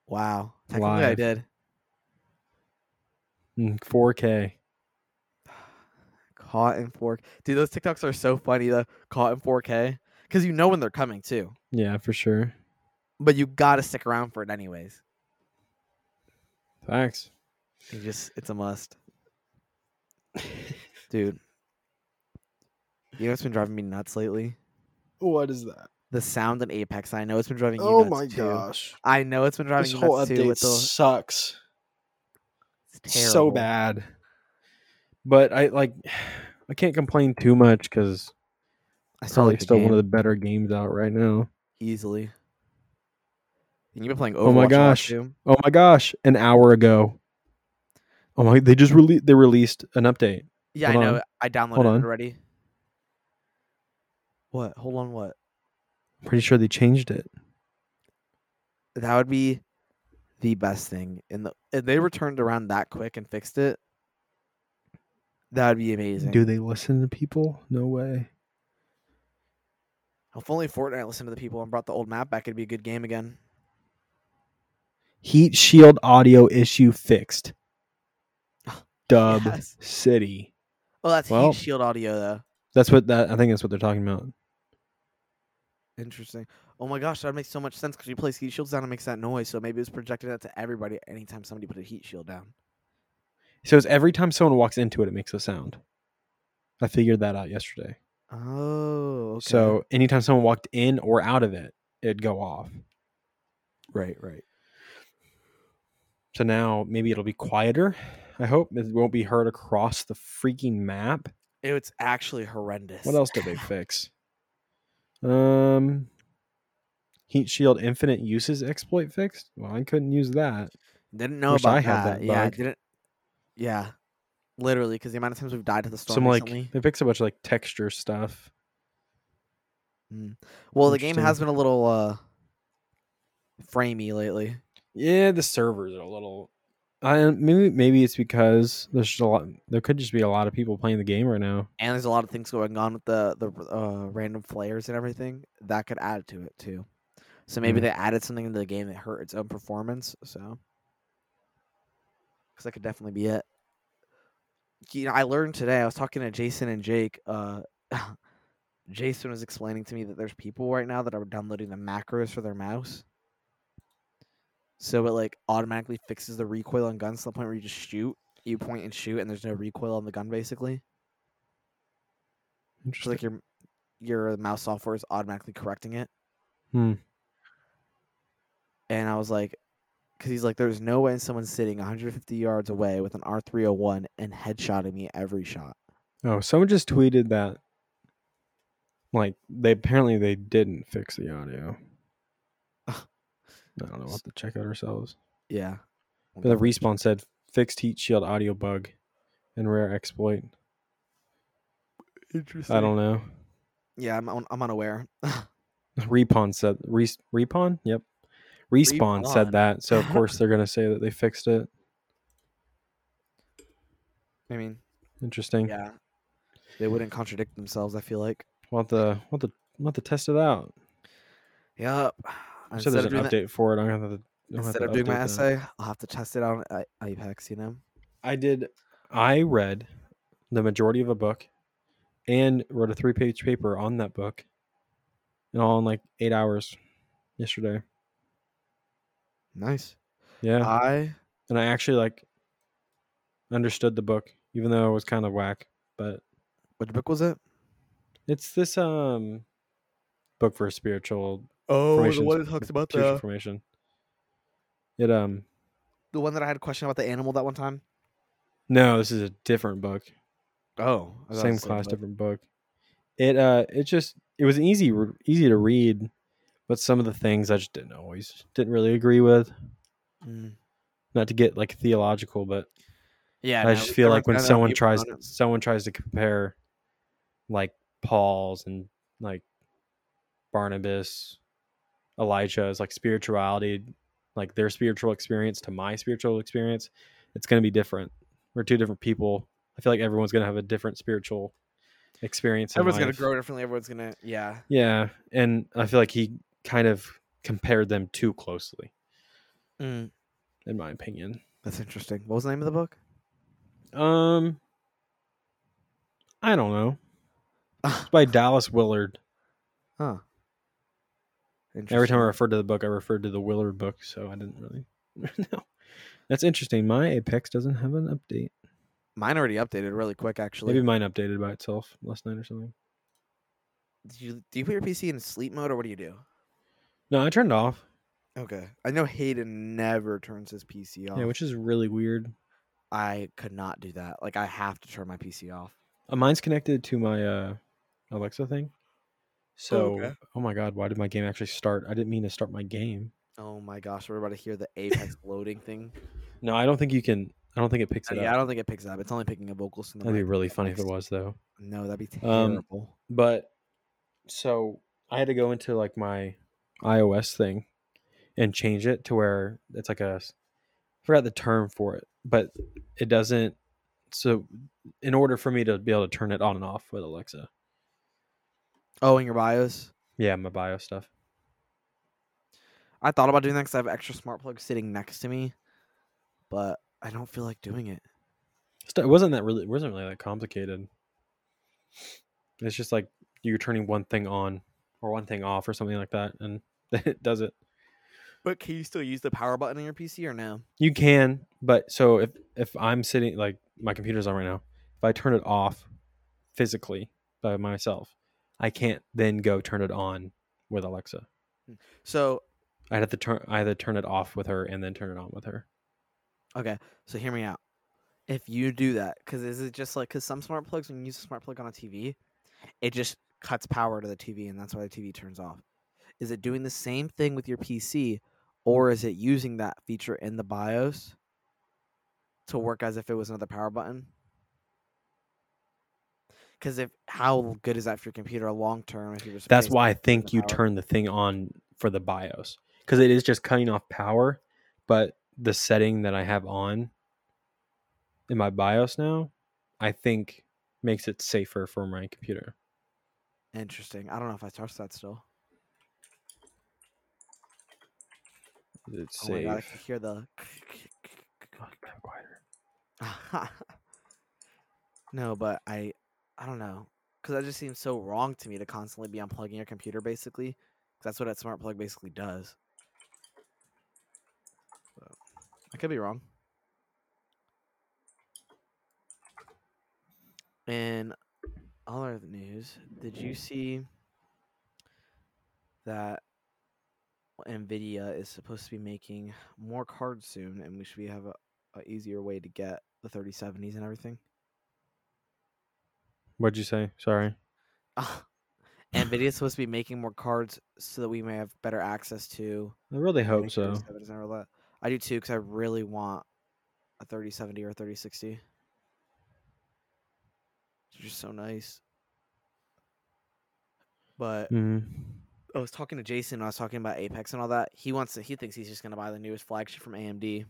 Speaker 2: wow, technically I
Speaker 1: Live.
Speaker 2: did.
Speaker 1: Mm, 4K.
Speaker 2: Caught in 4K, dude. Those TikToks are so funny though. Caught in 4K because you know when they're coming too,
Speaker 1: Yeah, for sure.
Speaker 2: but you gotta stick around for it anyways.
Speaker 1: Facts.
Speaker 2: You just, it's a must, dude. You know what's been driving me nuts lately?
Speaker 1: What is that?
Speaker 2: The sound in Apex. I know it's been driving you
Speaker 1: Oh
Speaker 2: nuts
Speaker 1: my
Speaker 2: too.
Speaker 1: gosh!
Speaker 2: I know it's been driving
Speaker 1: This
Speaker 2: you
Speaker 1: whole
Speaker 2: nuts too.
Speaker 1: update
Speaker 2: With the,
Speaker 1: sucks
Speaker 2: it's terrible.
Speaker 1: so bad. But I like. I can't complain too much because
Speaker 2: I still
Speaker 1: probably
Speaker 2: like the
Speaker 1: still
Speaker 2: game
Speaker 1: one of the better games out right now.
Speaker 2: easily. And you've been playing Overwatch.
Speaker 1: Oh my
Speaker 2: a lot,
Speaker 1: gosh.
Speaker 2: too?
Speaker 1: Oh my gosh! An hour ago. Oh my! They just released. They released an update.
Speaker 2: Yeah,
Speaker 1: Hold
Speaker 2: I know.
Speaker 1: on.
Speaker 2: I downloaded
Speaker 1: Hold
Speaker 2: it
Speaker 1: on.
Speaker 2: already. What? Hold on. What?
Speaker 1: Pretty sure they changed it.
Speaker 2: That would be the best thing. And the if they returned around that quick and fixed it. That would be amazing.
Speaker 1: Do they listen to people? No way.
Speaker 2: If only Fortnite listened to the people and brought the old map back, it'd be a good game again.
Speaker 1: Heat shield audio issue fixed. Dub
Speaker 2: Yes.
Speaker 1: City.
Speaker 2: Oh, that's
Speaker 1: Well-
Speaker 2: Heat Shield audio though.
Speaker 1: That's what that. I think that's what they're talking about.
Speaker 2: Interesting. Oh my gosh, that makes so much sense because you place heat shields down, it makes that noise. So maybe it's projected out to everybody anytime somebody put a heat shield down.
Speaker 1: So it's every time someone walks into it, it makes a sound. I figured that out yesterday.
Speaker 2: Oh, okay.
Speaker 1: So anytime someone walked in or out of it, it'd go off.
Speaker 2: right, right.
Speaker 1: So now maybe it'll be quieter. I hope it won't be heard across the freaking map.
Speaker 2: It's actually horrendous.
Speaker 1: What else did they fix? Um, heat shield infinite uses exploit fixed. Well, I couldn't use that.
Speaker 2: Didn't know
Speaker 1: Wish
Speaker 2: about
Speaker 1: I
Speaker 2: that.
Speaker 1: had that
Speaker 2: Yeah, I
Speaker 1: bug.
Speaker 2: didn't. Yeah, literally, because the amount of times we've died to the storm
Speaker 1: Some like
Speaker 2: recently.
Speaker 1: they fixed a bunch of like texture stuff.
Speaker 2: Well, the game has
Speaker 1: interesting.
Speaker 2: been a little uh framey lately.
Speaker 1: Yeah, the servers are a little. I maybe maybe it's because there's just a lot. There could just be a lot of people playing the game right now.
Speaker 2: And there's a lot of things going on with the the uh, random flares and everything that could add to it too. So maybe
Speaker 1: Mm.
Speaker 2: they added something into the game that hurt its own performance. So, because that could definitely be it. You know, I learned today. I was talking to Jason and Jake. Uh, Jason was explaining to me that there's people right now that are downloading the macros for their mouse. So it like automatically fixes the recoil on guns to the point where you just shoot, you point and shoot, and there's no recoil on the gun basically. So
Speaker 1: Interesting.
Speaker 2: like your your uh, mouse software is automatically correcting it.
Speaker 1: Hmm.
Speaker 2: And I was like, because he's like, there's no way someone's sitting 150 yards away with an R301 and headshotting me every shot.
Speaker 1: oh, someone just tweeted that. Like they apparently they didn't fix the audio.
Speaker 2: Ugh.
Speaker 1: I don't know. We'll have to check out ourselves.
Speaker 2: Yeah.
Speaker 1: But the respawn said fixed heat shield audio bug, and rare exploit.
Speaker 2: Interesting.
Speaker 1: I don't know.
Speaker 2: Yeah, I'm un- I'm unaware.
Speaker 1: Repon said re, repon. Yep. Respawn
Speaker 2: Repon.
Speaker 1: said that, so of course they're gonna say that they fixed it.
Speaker 2: I mean,
Speaker 1: Interesting.
Speaker 2: yeah, they wouldn't contradict themselves. I feel like.
Speaker 1: We'll have to we'll have to we'll have to test it out.
Speaker 2: Yep.
Speaker 1: I'm sure there's an
Speaker 2: doing
Speaker 1: update for it. I'm gonna have to I'll have
Speaker 2: Instead
Speaker 1: to
Speaker 2: of doing
Speaker 1: update
Speaker 2: my
Speaker 1: that.
Speaker 2: essay, I'll have to test it out on I- IUPACs, you know?
Speaker 1: I did. I read the majority of a book, and wrote a three-page paper on that book, and all in like eight hours yesterday.
Speaker 2: Nice.
Speaker 1: Yeah,
Speaker 2: I
Speaker 1: and I actually like understood the book, even though it was kind of whack. But
Speaker 2: which book was it?
Speaker 1: it's this um book for spiritual
Speaker 2: Oh,
Speaker 1: Formations.
Speaker 2: that talks about
Speaker 1: future information. It um
Speaker 2: the one that I had a question about the animal that one time.
Speaker 1: no, this is a different book.
Speaker 2: Oh,
Speaker 1: same class, different book. It uh, it just it was an easy, re- easy to read, but some of the things I just didn't always didn't really agree with.
Speaker 2: Mm.
Speaker 1: Not to get like theological, but
Speaker 2: Yeah,
Speaker 1: I,
Speaker 2: no,
Speaker 1: just
Speaker 2: we
Speaker 1: feel
Speaker 2: don't
Speaker 1: like when
Speaker 2: none of the
Speaker 1: someone
Speaker 2: people
Speaker 1: tries
Speaker 2: on it.
Speaker 1: someone tries to compare, like Paul's and like Barnabas, Elijah is like spirituality, like their spiritual experience to my spiritual experience, it's going to be different. We're two different people. I feel like everyone's going to have a different spiritual experience. in
Speaker 2: everyone's gonna
Speaker 1: life.
Speaker 2: grow differently. Everyone's gonna yeah.
Speaker 1: Yeah, and I feel like he kind of compared them too closely,
Speaker 2: Mm.
Speaker 1: in my opinion.
Speaker 2: That's interesting. What was the name of the book?
Speaker 1: Um, I don't know.
Speaker 2: Ah,
Speaker 1: by Dallas Willard.
Speaker 2: huh.
Speaker 1: Every
Speaker 2: Interesting.
Speaker 1: time I referred to the book, I referred to the Willard book, so I didn't really know. That's interesting. My Apex doesn't have an update.
Speaker 2: mine already updated really quick actually.
Speaker 1: Maybe mine updated by itself last night or something.
Speaker 2: Did you, do you put your PC in sleep mode or what do you do?
Speaker 1: No, I turned it off.
Speaker 2: Okay. I know Hayden never turns his PC off.
Speaker 1: Yeah, which is really weird.
Speaker 2: I could not do that. Like I have to turn my PC off.
Speaker 1: Uh, mine's connected to my uh, Alexa thing. So,
Speaker 2: okay.
Speaker 1: oh my god, why did my game actually start? I didn't mean to start my game.
Speaker 2: Oh my gosh, we're about to hear the Apex loading thing.
Speaker 1: No, I don't think you can. I don't think it picks it
Speaker 2: Uh, yeah, I
Speaker 1: up.
Speaker 2: don't think it picks it up. It's only picking up vocals from the
Speaker 1: That'd be
Speaker 2: mic.
Speaker 1: really funny if it
Speaker 2: Next.
Speaker 1: was though.
Speaker 2: No, that'd be
Speaker 1: Um,
Speaker 2: terrible.
Speaker 1: but so I had to go into like my iOS thing and change it to where it's like a I forgot the term for it, but it doesn't so in order for me to be able to turn it on and off with Alexa.
Speaker 2: oh, in your BIOS.
Speaker 1: Yeah, my bio stuff.
Speaker 2: I thought about doing that because I have extra smart plugs sitting next to me, but I don't feel like doing it.
Speaker 1: St- It wasn't that really it wasn't really that complicated. It's just like you're turning one thing on or one thing off or something like that and then it does it.
Speaker 2: But can you still use the power button in your PC or no?
Speaker 1: You can, but so if if I'm sitting like my computer's on right now, if I turn it off physically by myself, I can't then go turn it on with Alexa.
Speaker 2: So
Speaker 1: I'd have to turn I had to turn it off with her and then turn it on with her.
Speaker 2: okay, so hear me out. If you do that, because is it just like because some smart plugs when you use a smart plug on a TV, it just cuts power to the TV and that's why the TV turns off. Is it doing the same thing with your PC, or is it using that feature in the BIOS to work as if it was another power button? Because if how good is that for your computer long term? If you're just
Speaker 1: That's
Speaker 2: basing it
Speaker 1: why I
Speaker 2: on
Speaker 1: think
Speaker 2: the
Speaker 1: you
Speaker 2: power?
Speaker 1: turn the thing on for the BIOS because it is just cutting off power, but the setting that I have on in my BIOS now, I think makes it safer for my computer.
Speaker 2: Interesting. I don't know if I touched that still.
Speaker 1: It's
Speaker 2: Oh my god, I
Speaker 1: safe.
Speaker 2: can hear the. no, but I, I don't know, because that just seems so wrong to me to constantly be unplugging your computer, basically. 'cause that's what that smart plug basically does. So, I could be wrong. And other news, did you see that Nvidia is supposed to be making more cards soon, and we should be have a, a easier way to get the 3070s and everything.
Speaker 1: What'd you say? Sorry.
Speaker 2: Ah, Nvidia is supposed to be making more cards so that we may have better access to.
Speaker 1: I really hope
Speaker 2: getting
Speaker 1: so.
Speaker 2: 3070s and all that. I do too, because I really want a 3070 or a 3060. They're just so nice. But
Speaker 1: Mm-hmm.
Speaker 2: I was talking to Jason. I was talking about Apex and all that. He wants to. He thinks he's just gonna buy the newest flagship from AMD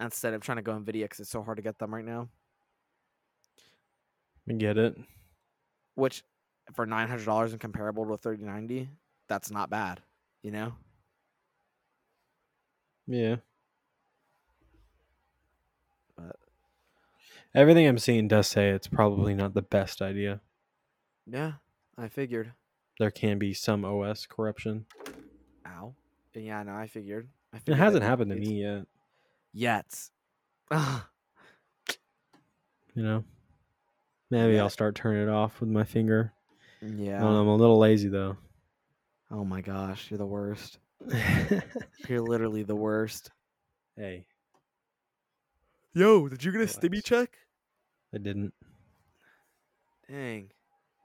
Speaker 2: instead of trying to go Nvidia because it's so hard to get them right now.
Speaker 1: I get it.
Speaker 2: Which, for nine hundred dollars and comparable to a thirty ninety, that's not bad. You know.
Speaker 1: Yeah.
Speaker 2: But-
Speaker 1: Everything I'm seeing does say it's probably not the best idea.
Speaker 2: Yeah, I figured.
Speaker 1: There can be some OS corruption.
Speaker 2: Ow. Yeah, no, I figured. I
Speaker 1: It
Speaker 2: figured that
Speaker 1: hasn't
Speaker 2: was the
Speaker 1: happened to
Speaker 2: case.
Speaker 1: me yet,
Speaker 2: yet. Ah,
Speaker 1: you know. Maybe
Speaker 2: Yeah.
Speaker 1: I'll start turning it off with my finger. I
Speaker 2: yeah.
Speaker 1: don't know, I'm a little lazy though.
Speaker 2: Oh my gosh, you're the worst.
Speaker 1: hey.
Speaker 2: You're literally the worst. Yo, did you get a
Speaker 1: Relax.
Speaker 2: stimmy check?
Speaker 1: I didn't.
Speaker 2: Dang.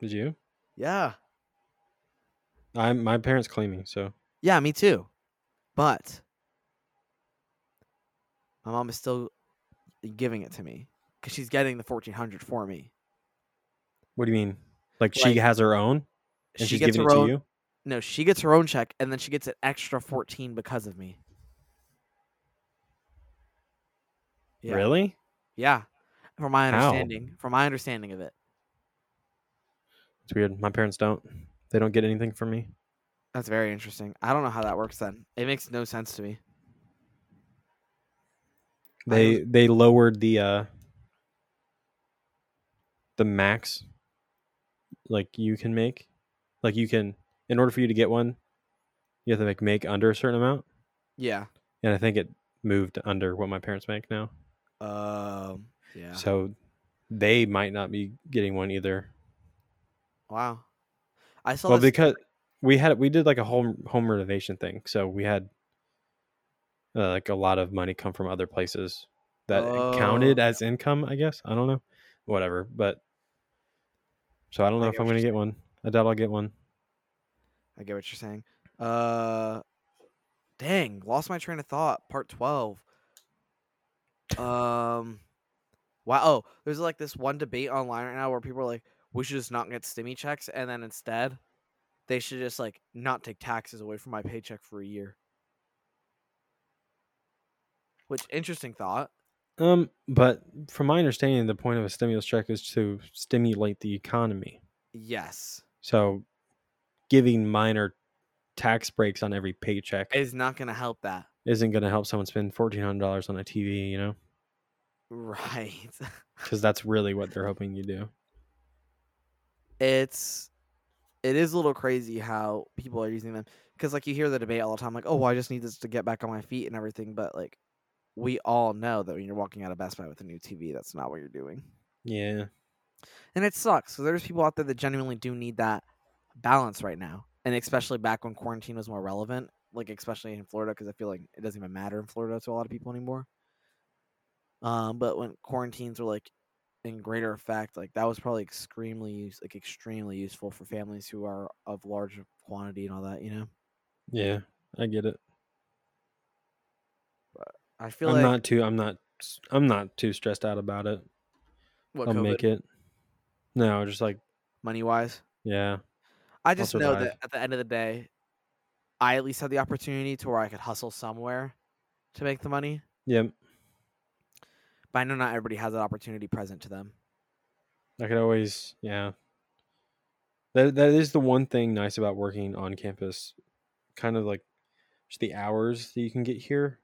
Speaker 1: Did you?
Speaker 2: Yeah.
Speaker 1: I'm my parents claiming, so
Speaker 2: Yeah, me too. But my mom is still giving it to me because she's getting the 1400 for me.
Speaker 1: what do you mean? Like she
Speaker 2: Like,
Speaker 1: has her own and she's giving it
Speaker 2: own.
Speaker 1: to you?
Speaker 2: No, she gets her own check and then she gets an extra 14 because of me. Yeah.
Speaker 1: Really?
Speaker 2: Yeah. From my
Speaker 1: How?
Speaker 2: understanding, from my understanding of it.
Speaker 1: It's weird. My parents don't. They don't get anything from me.
Speaker 2: That's very interesting. I don't know how that works then. It makes no sense to me. I
Speaker 1: They they lowered the uh the max like you can make. Like you can in order for you to get one, you have to like make under a certain amount.
Speaker 2: Yeah.
Speaker 1: And I think it moved under what my parents make now.
Speaker 2: Um yeah.
Speaker 1: So they might not be getting one either.
Speaker 2: wow. I saw
Speaker 1: well,
Speaker 2: this
Speaker 1: because we had we did like a home home renovation thing, so we had uh, like a lot of money come from other places that counted
Speaker 2: Oh.
Speaker 1: as income. I guess I don't know, whatever. But so I don't know
Speaker 2: I
Speaker 1: if
Speaker 2: get
Speaker 1: I'm
Speaker 2: what
Speaker 1: gonna
Speaker 2: you're
Speaker 1: get one. I doubt I'll get one.
Speaker 2: I get what you're saying. Uh dang, lost my train of thought. Part 12. Um Wow, oh, there's like this one debate online right now where people are like we should just not get stimmy checks and then instead they should just like not take taxes away from my paycheck for a year. Which interesting thought.
Speaker 1: Um, but from my understanding, the point of a stimulus check is to stimulate the economy.
Speaker 2: Yes.
Speaker 1: So giving minor tax breaks on every paycheck
Speaker 2: Is not going to help that.
Speaker 1: isn't going to help someone spend fourteen hundred dollars on a TV, you know,
Speaker 2: Right.
Speaker 1: because that's really what they're hoping you do.
Speaker 2: it's it is a little crazy how people are using them because like you hear the debate all the time like oh well, i just need this to get back on my feet and everything but like we all know that when you're walking out of best buy with a new tv that's not what you're doing
Speaker 1: Yeah.
Speaker 2: and it sucks so there's people out there that genuinely do need that balance right now and especially back when quarantine was more relevant like especially in florida because i feel like it doesn't even matter in florida to a lot of people anymore um but when quarantines were like in greater effect like that was probably extremely use like extremely useful for families who are of large quantity and all that you know
Speaker 1: Yeah, I get it.
Speaker 2: i feel
Speaker 1: I'm
Speaker 2: like
Speaker 1: not too. I'm not. s- I'm not too stressed out about it.
Speaker 2: what
Speaker 1: I'll make it. No, just like
Speaker 2: money wise
Speaker 1: yeah,
Speaker 2: I just know
Speaker 1: survive.
Speaker 2: that at the end of the day, I at least had the opportunity to where I could hustle somewhere to make the money.
Speaker 1: yeah.
Speaker 2: But I know not everybody has that opportunity present to them.
Speaker 1: I could always yeah. That that is the one thing nice about working on campus. Kind of like just the hours that you can get here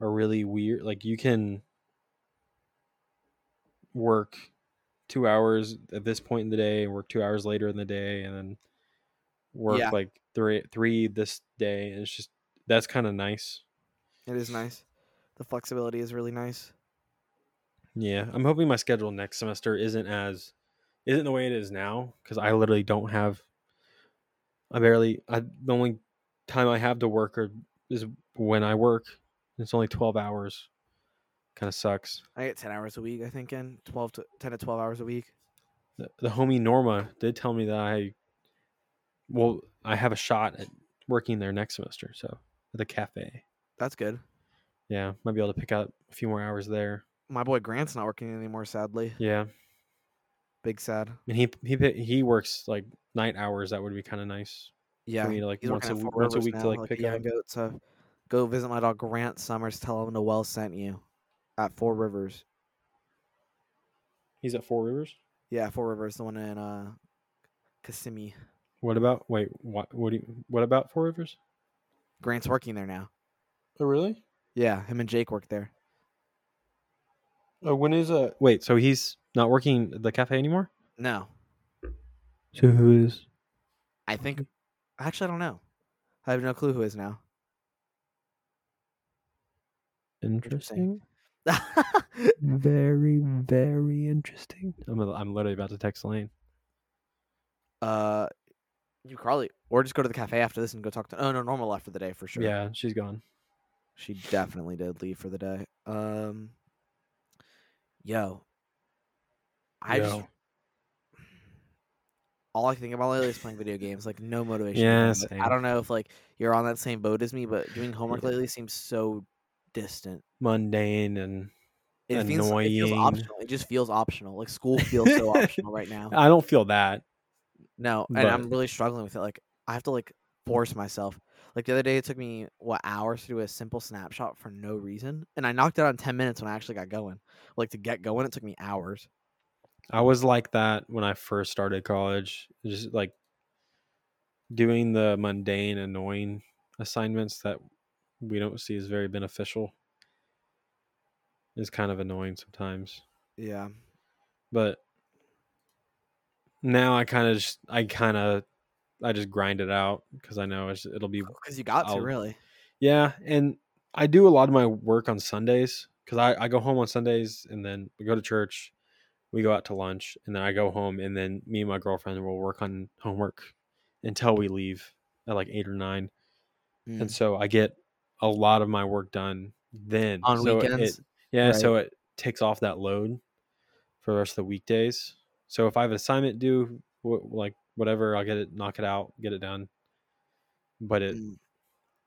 Speaker 1: are really weird. Like you can work two hours at this point in the day and work two hours later in the day and then work
Speaker 2: Yeah.
Speaker 1: like three three this day and it's just that's kind of nice
Speaker 2: It is nice. The flexibility is really nice.
Speaker 1: Yeah, I'm hoping my schedule next semester isn't as isn't the way it is now because I literally don't have. I barely. I the only time I have to work are, is when I work. It's only twelve hours. Kind of sucks.
Speaker 2: I get 10 hours a week, I think, in 12 to 10 to 12 hours a week.
Speaker 1: The, the homie Norma did tell me that I, well, I have a shot at working there next semester. So at the cafe,
Speaker 2: That's good.
Speaker 1: yeah, might be able to pick up a few more hours there.
Speaker 2: My boy Grant's not working anymore, sadly.
Speaker 1: Yeah,
Speaker 2: Big sad.
Speaker 1: and he he pi- he works like night hours. That would be kind of nice.
Speaker 2: Yeah.
Speaker 1: me to, like,
Speaker 2: he's
Speaker 1: once
Speaker 2: working
Speaker 1: a
Speaker 2: at
Speaker 1: w-
Speaker 2: Four
Speaker 1: once a
Speaker 2: Rivers
Speaker 1: week to,
Speaker 2: now,
Speaker 1: like,
Speaker 2: a
Speaker 1: pick
Speaker 2: young
Speaker 1: up.
Speaker 2: goat, so go visit my dog Grant Summers. Tell him the well sent you at Four Rivers.
Speaker 1: He's at Four Rivers.
Speaker 2: Yeah, Four Rivers, the one in uh, Kissimmee.
Speaker 1: What about wait? What? What? Do you, what about Four Rivers?
Speaker 2: Grant's working there now.
Speaker 1: Oh, really?
Speaker 2: Yeah, him and Jake work there.
Speaker 3: Oh, when is uh
Speaker 1: Wait, so he's not working at the cafe anymore?
Speaker 2: No,
Speaker 1: So who is?
Speaker 2: I think. Actually, I don't know. I have no clue who is now.
Speaker 1: Interesting.
Speaker 2: I
Speaker 1: Very, very interesting. I'm, I'm literally about to text Lane.
Speaker 2: Uh, you probably or just go to the cafe after this and go talk to. Oh no, normal left for the day for sure.
Speaker 1: Yeah, she's gone.
Speaker 2: she definitely did leave for the day. Um, yo, I just
Speaker 1: Yo.
Speaker 2: all I think about lately is playing video games. Like no motivation.
Speaker 1: Yeah,
Speaker 2: behind it.
Speaker 1: same.
Speaker 2: I don't know if like you're on that same boat as me, but doing homework
Speaker 1: Yeah.
Speaker 2: lately seems so distant.
Speaker 1: Mundane and
Speaker 2: It feels, it feels
Speaker 1: Annoying.
Speaker 2: optional. It just feels optional. Like school feels so optional right now.
Speaker 1: I don't feel that.
Speaker 2: No, and
Speaker 1: But-
Speaker 2: I'm really struggling with it. Like I have to like force myself. Like the other day, it took me what hours to do a simple snapshot for no reason, and I knocked it out in ten minutes when I actually got going. Like to get going, it took me hours.
Speaker 1: I was like that when I first started college, just like doing the mundane, annoying assignments that we don't see as very beneficial is kind of annoying sometimes.
Speaker 2: Yeah,
Speaker 1: But now I kind of just, I kind of, I just grind it out because I know it's, it'll be
Speaker 2: because Oh, you got
Speaker 1: I'll-
Speaker 2: to really.
Speaker 1: Yeah, and I do a lot of my work on Sundays because I, I go home on Sundays and then we go to church, we go out to lunch, and then I go home and then me and my girlfriend will work on homework until we leave at like eight or nine.
Speaker 2: Mm.
Speaker 1: And so I get a lot of my work done then.
Speaker 2: on
Speaker 1: So it-
Speaker 2: weekends,
Speaker 1: yeah,
Speaker 2: Right.
Speaker 1: so it takes off that load for the rest of the weekdays. So if I have an assignment due, wh- like whatever, I'll get it, knock it out, get it done. But it,
Speaker 2: Mm.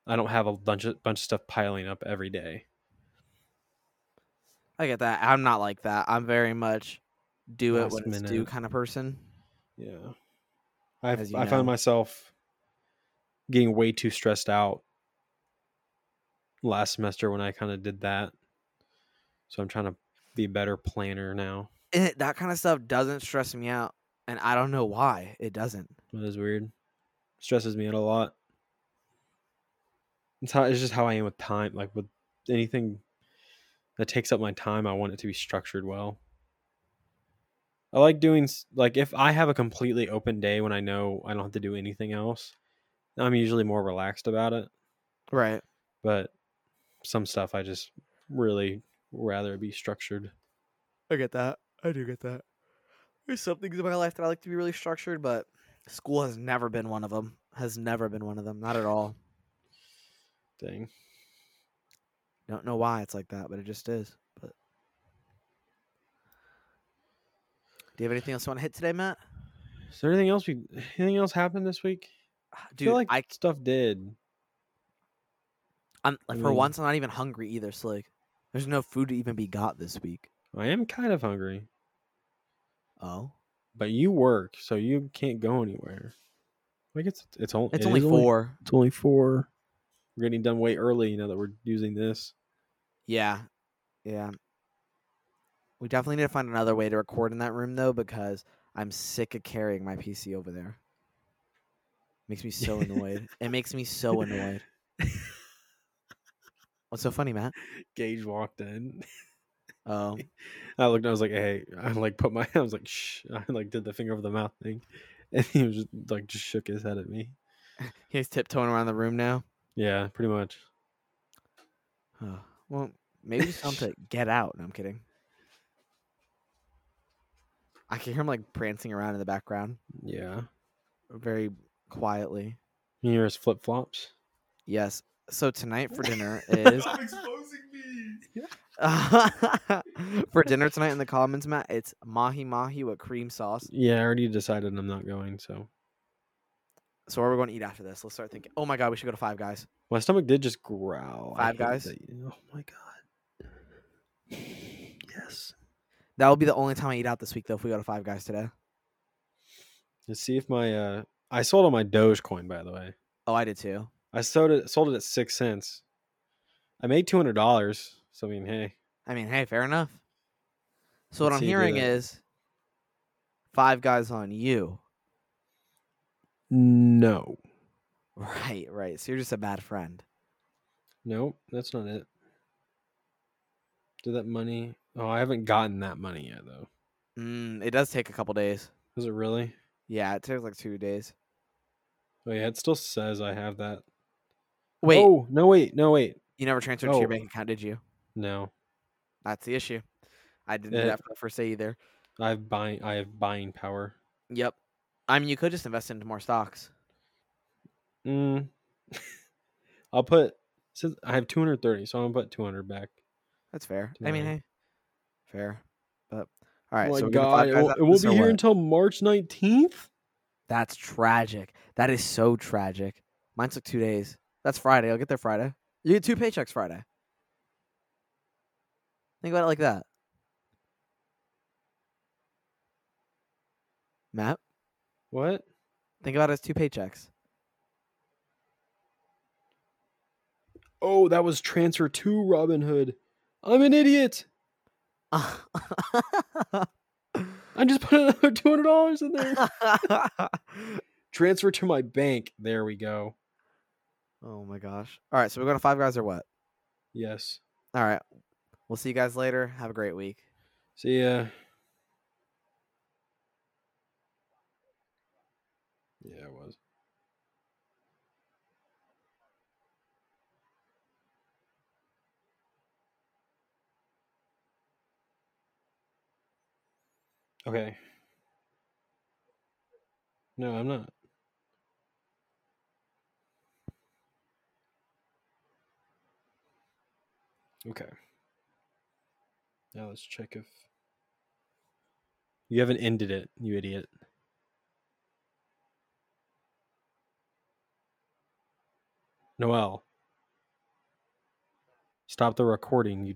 Speaker 1: I don't have a bunch of bunch of stuff piling up every day.
Speaker 2: I get that. I'm not like that. I'm very much do it when it's
Speaker 1: Last
Speaker 2: due
Speaker 1: minute.
Speaker 2: kind of person.
Speaker 1: Yeah, I
Speaker 2: As you
Speaker 1: I
Speaker 2: know.
Speaker 1: found myself getting way too stressed out last semester when I kind of did that. So I'm trying to be a better planner now.
Speaker 2: And it, that kind of stuff doesn't stress me out, and I don't know why it doesn't.
Speaker 1: That is weird. Stresses me out a lot. It's how it's just how I am with time. Like with anything that takes up my time, I want it to be structured well. I like doing s- like if I have a completely open day when I know I don't have to do anything else, I'm usually more relaxed about it.
Speaker 2: Right.
Speaker 1: But some stuff I just really rather be structured.
Speaker 2: I get that. I do get that. There's some things in my life that I like to be really structured, but school has never been one of them. Has never been one of them. Not at all.
Speaker 1: Thing.
Speaker 2: Don't know why it's like that, but it just is. But do you have anything else you want to hit today, Matt?
Speaker 1: Is there anything else we anything else happened this week?
Speaker 2: Ah,
Speaker 1: I
Speaker 2: Dude, I,
Speaker 1: feel like stuff did.
Speaker 2: I'm like, for
Speaker 1: mean-
Speaker 2: once I'm not even hungry either. So like, there's no food to even be got this week.
Speaker 1: I am kind of hungry.
Speaker 2: Oh,
Speaker 1: But you work, so you can't go anywhere. Like it's it's only
Speaker 2: it's
Speaker 1: it
Speaker 2: only
Speaker 1: is
Speaker 2: four.
Speaker 1: it's only four. We're getting done way early now that we're using this.
Speaker 2: Yeah. Yeah. We definitely need to find another way to record in that room though, because I'm sick of carrying my PC over there. Makes me so annoyed. it makes me so annoyed. What's so funny, Matt?
Speaker 1: Gage walked in.
Speaker 2: Oh,
Speaker 1: I looked. and I was like, "Hey!" I like put my. I was like, "Shh!" I like did the finger over the mouth thing, and he was just, like, just shook his head at me.
Speaker 2: he's tiptoeing around the room now.
Speaker 1: Yeah, pretty much.
Speaker 2: Oh, well, maybe just tell him to get out. No, I'm kidding. I can hear him like prancing around in the background,
Speaker 1: Yeah,
Speaker 2: very quietly.
Speaker 1: you hear his flip flops.
Speaker 2: Yes. So tonight for dinner is
Speaker 3: exposing me.
Speaker 2: for dinner tonight in the Commons, Matt, it's mahi mahi with cream sauce.
Speaker 1: Yeah, I already decided I'm not going. So
Speaker 2: So what are we going to eat after this? Let's start thinking. Oh my god, we should go to Five Guys.
Speaker 1: my stomach did just growl. I
Speaker 2: Five
Speaker 1: hate
Speaker 2: Guys?
Speaker 1: that- Oh my god. Yes.
Speaker 2: That will be the only time I eat out this week, though. If we go to Five Guys today.
Speaker 1: Let's see if my uh I sold on my Dogecoin by the way.
Speaker 2: Oh, I did too.
Speaker 1: I sold it sold it at six cents. I made two hundred dollars. So I mean, hey,
Speaker 2: I mean, hey, fair enough. So what I'm
Speaker 1: Let's see you do
Speaker 2: hearing
Speaker 1: that.
Speaker 2: is Five Guys on you.
Speaker 1: no,
Speaker 2: Right, right. So you're just a bad friend.
Speaker 1: nope, that's not it. Did that money? Oh, I haven't gotten that money yet though.
Speaker 2: Mm, it does take a couple days.
Speaker 1: Is it really?
Speaker 2: Yeah, it takes like two days.
Speaker 1: Oh yeah, it still says I have that.
Speaker 2: Wait,
Speaker 1: Oh no! Wait, no, wait,
Speaker 2: you never transferred to your
Speaker 1: oh.
Speaker 2: bank account, did you?
Speaker 1: no.
Speaker 2: That's the issue. I didn't do
Speaker 1: Eh.
Speaker 2: that for the first day either.
Speaker 1: I have buying. I have buying power.
Speaker 2: Yep. I mean, you could just invest into more stocks.
Speaker 1: Mm. I'll put since I have 230, so I'm gonna put 200 back.
Speaker 2: That's fair.
Speaker 1: Do
Speaker 2: I mean,
Speaker 1: I-
Speaker 2: hey, fair. But all right,
Speaker 1: oh my
Speaker 2: so we gonna
Speaker 1: god,
Speaker 2: five
Speaker 1: it,
Speaker 2: guys
Speaker 1: won't-
Speaker 2: out
Speaker 1: it
Speaker 2: of
Speaker 1: won't
Speaker 2: this
Speaker 1: be
Speaker 2: or
Speaker 1: here
Speaker 2: what?
Speaker 1: until March 19th.
Speaker 2: That's tragic. That is so tragic. Mine took two days. That's Friday. I'll get there Friday. You get two paychecks Friday. Think about it like that. Matt,
Speaker 1: What?
Speaker 2: think about it as two paychecks.
Speaker 1: Oh, that was transfer to Robinhood. I'm an idiot. I just put another 200 dollars in there. transfer to my bank. There we go.
Speaker 2: oh my gosh. All right, so we're going to Five Guys or what?
Speaker 1: Yes.
Speaker 2: All right. We'll see you guys later. Have a great week.
Speaker 1: See ya. Yeah, it was. Okay. No, I'm not. Okay. Now let's check if you haven't ended it, you idiot. Noel, stop the recording, you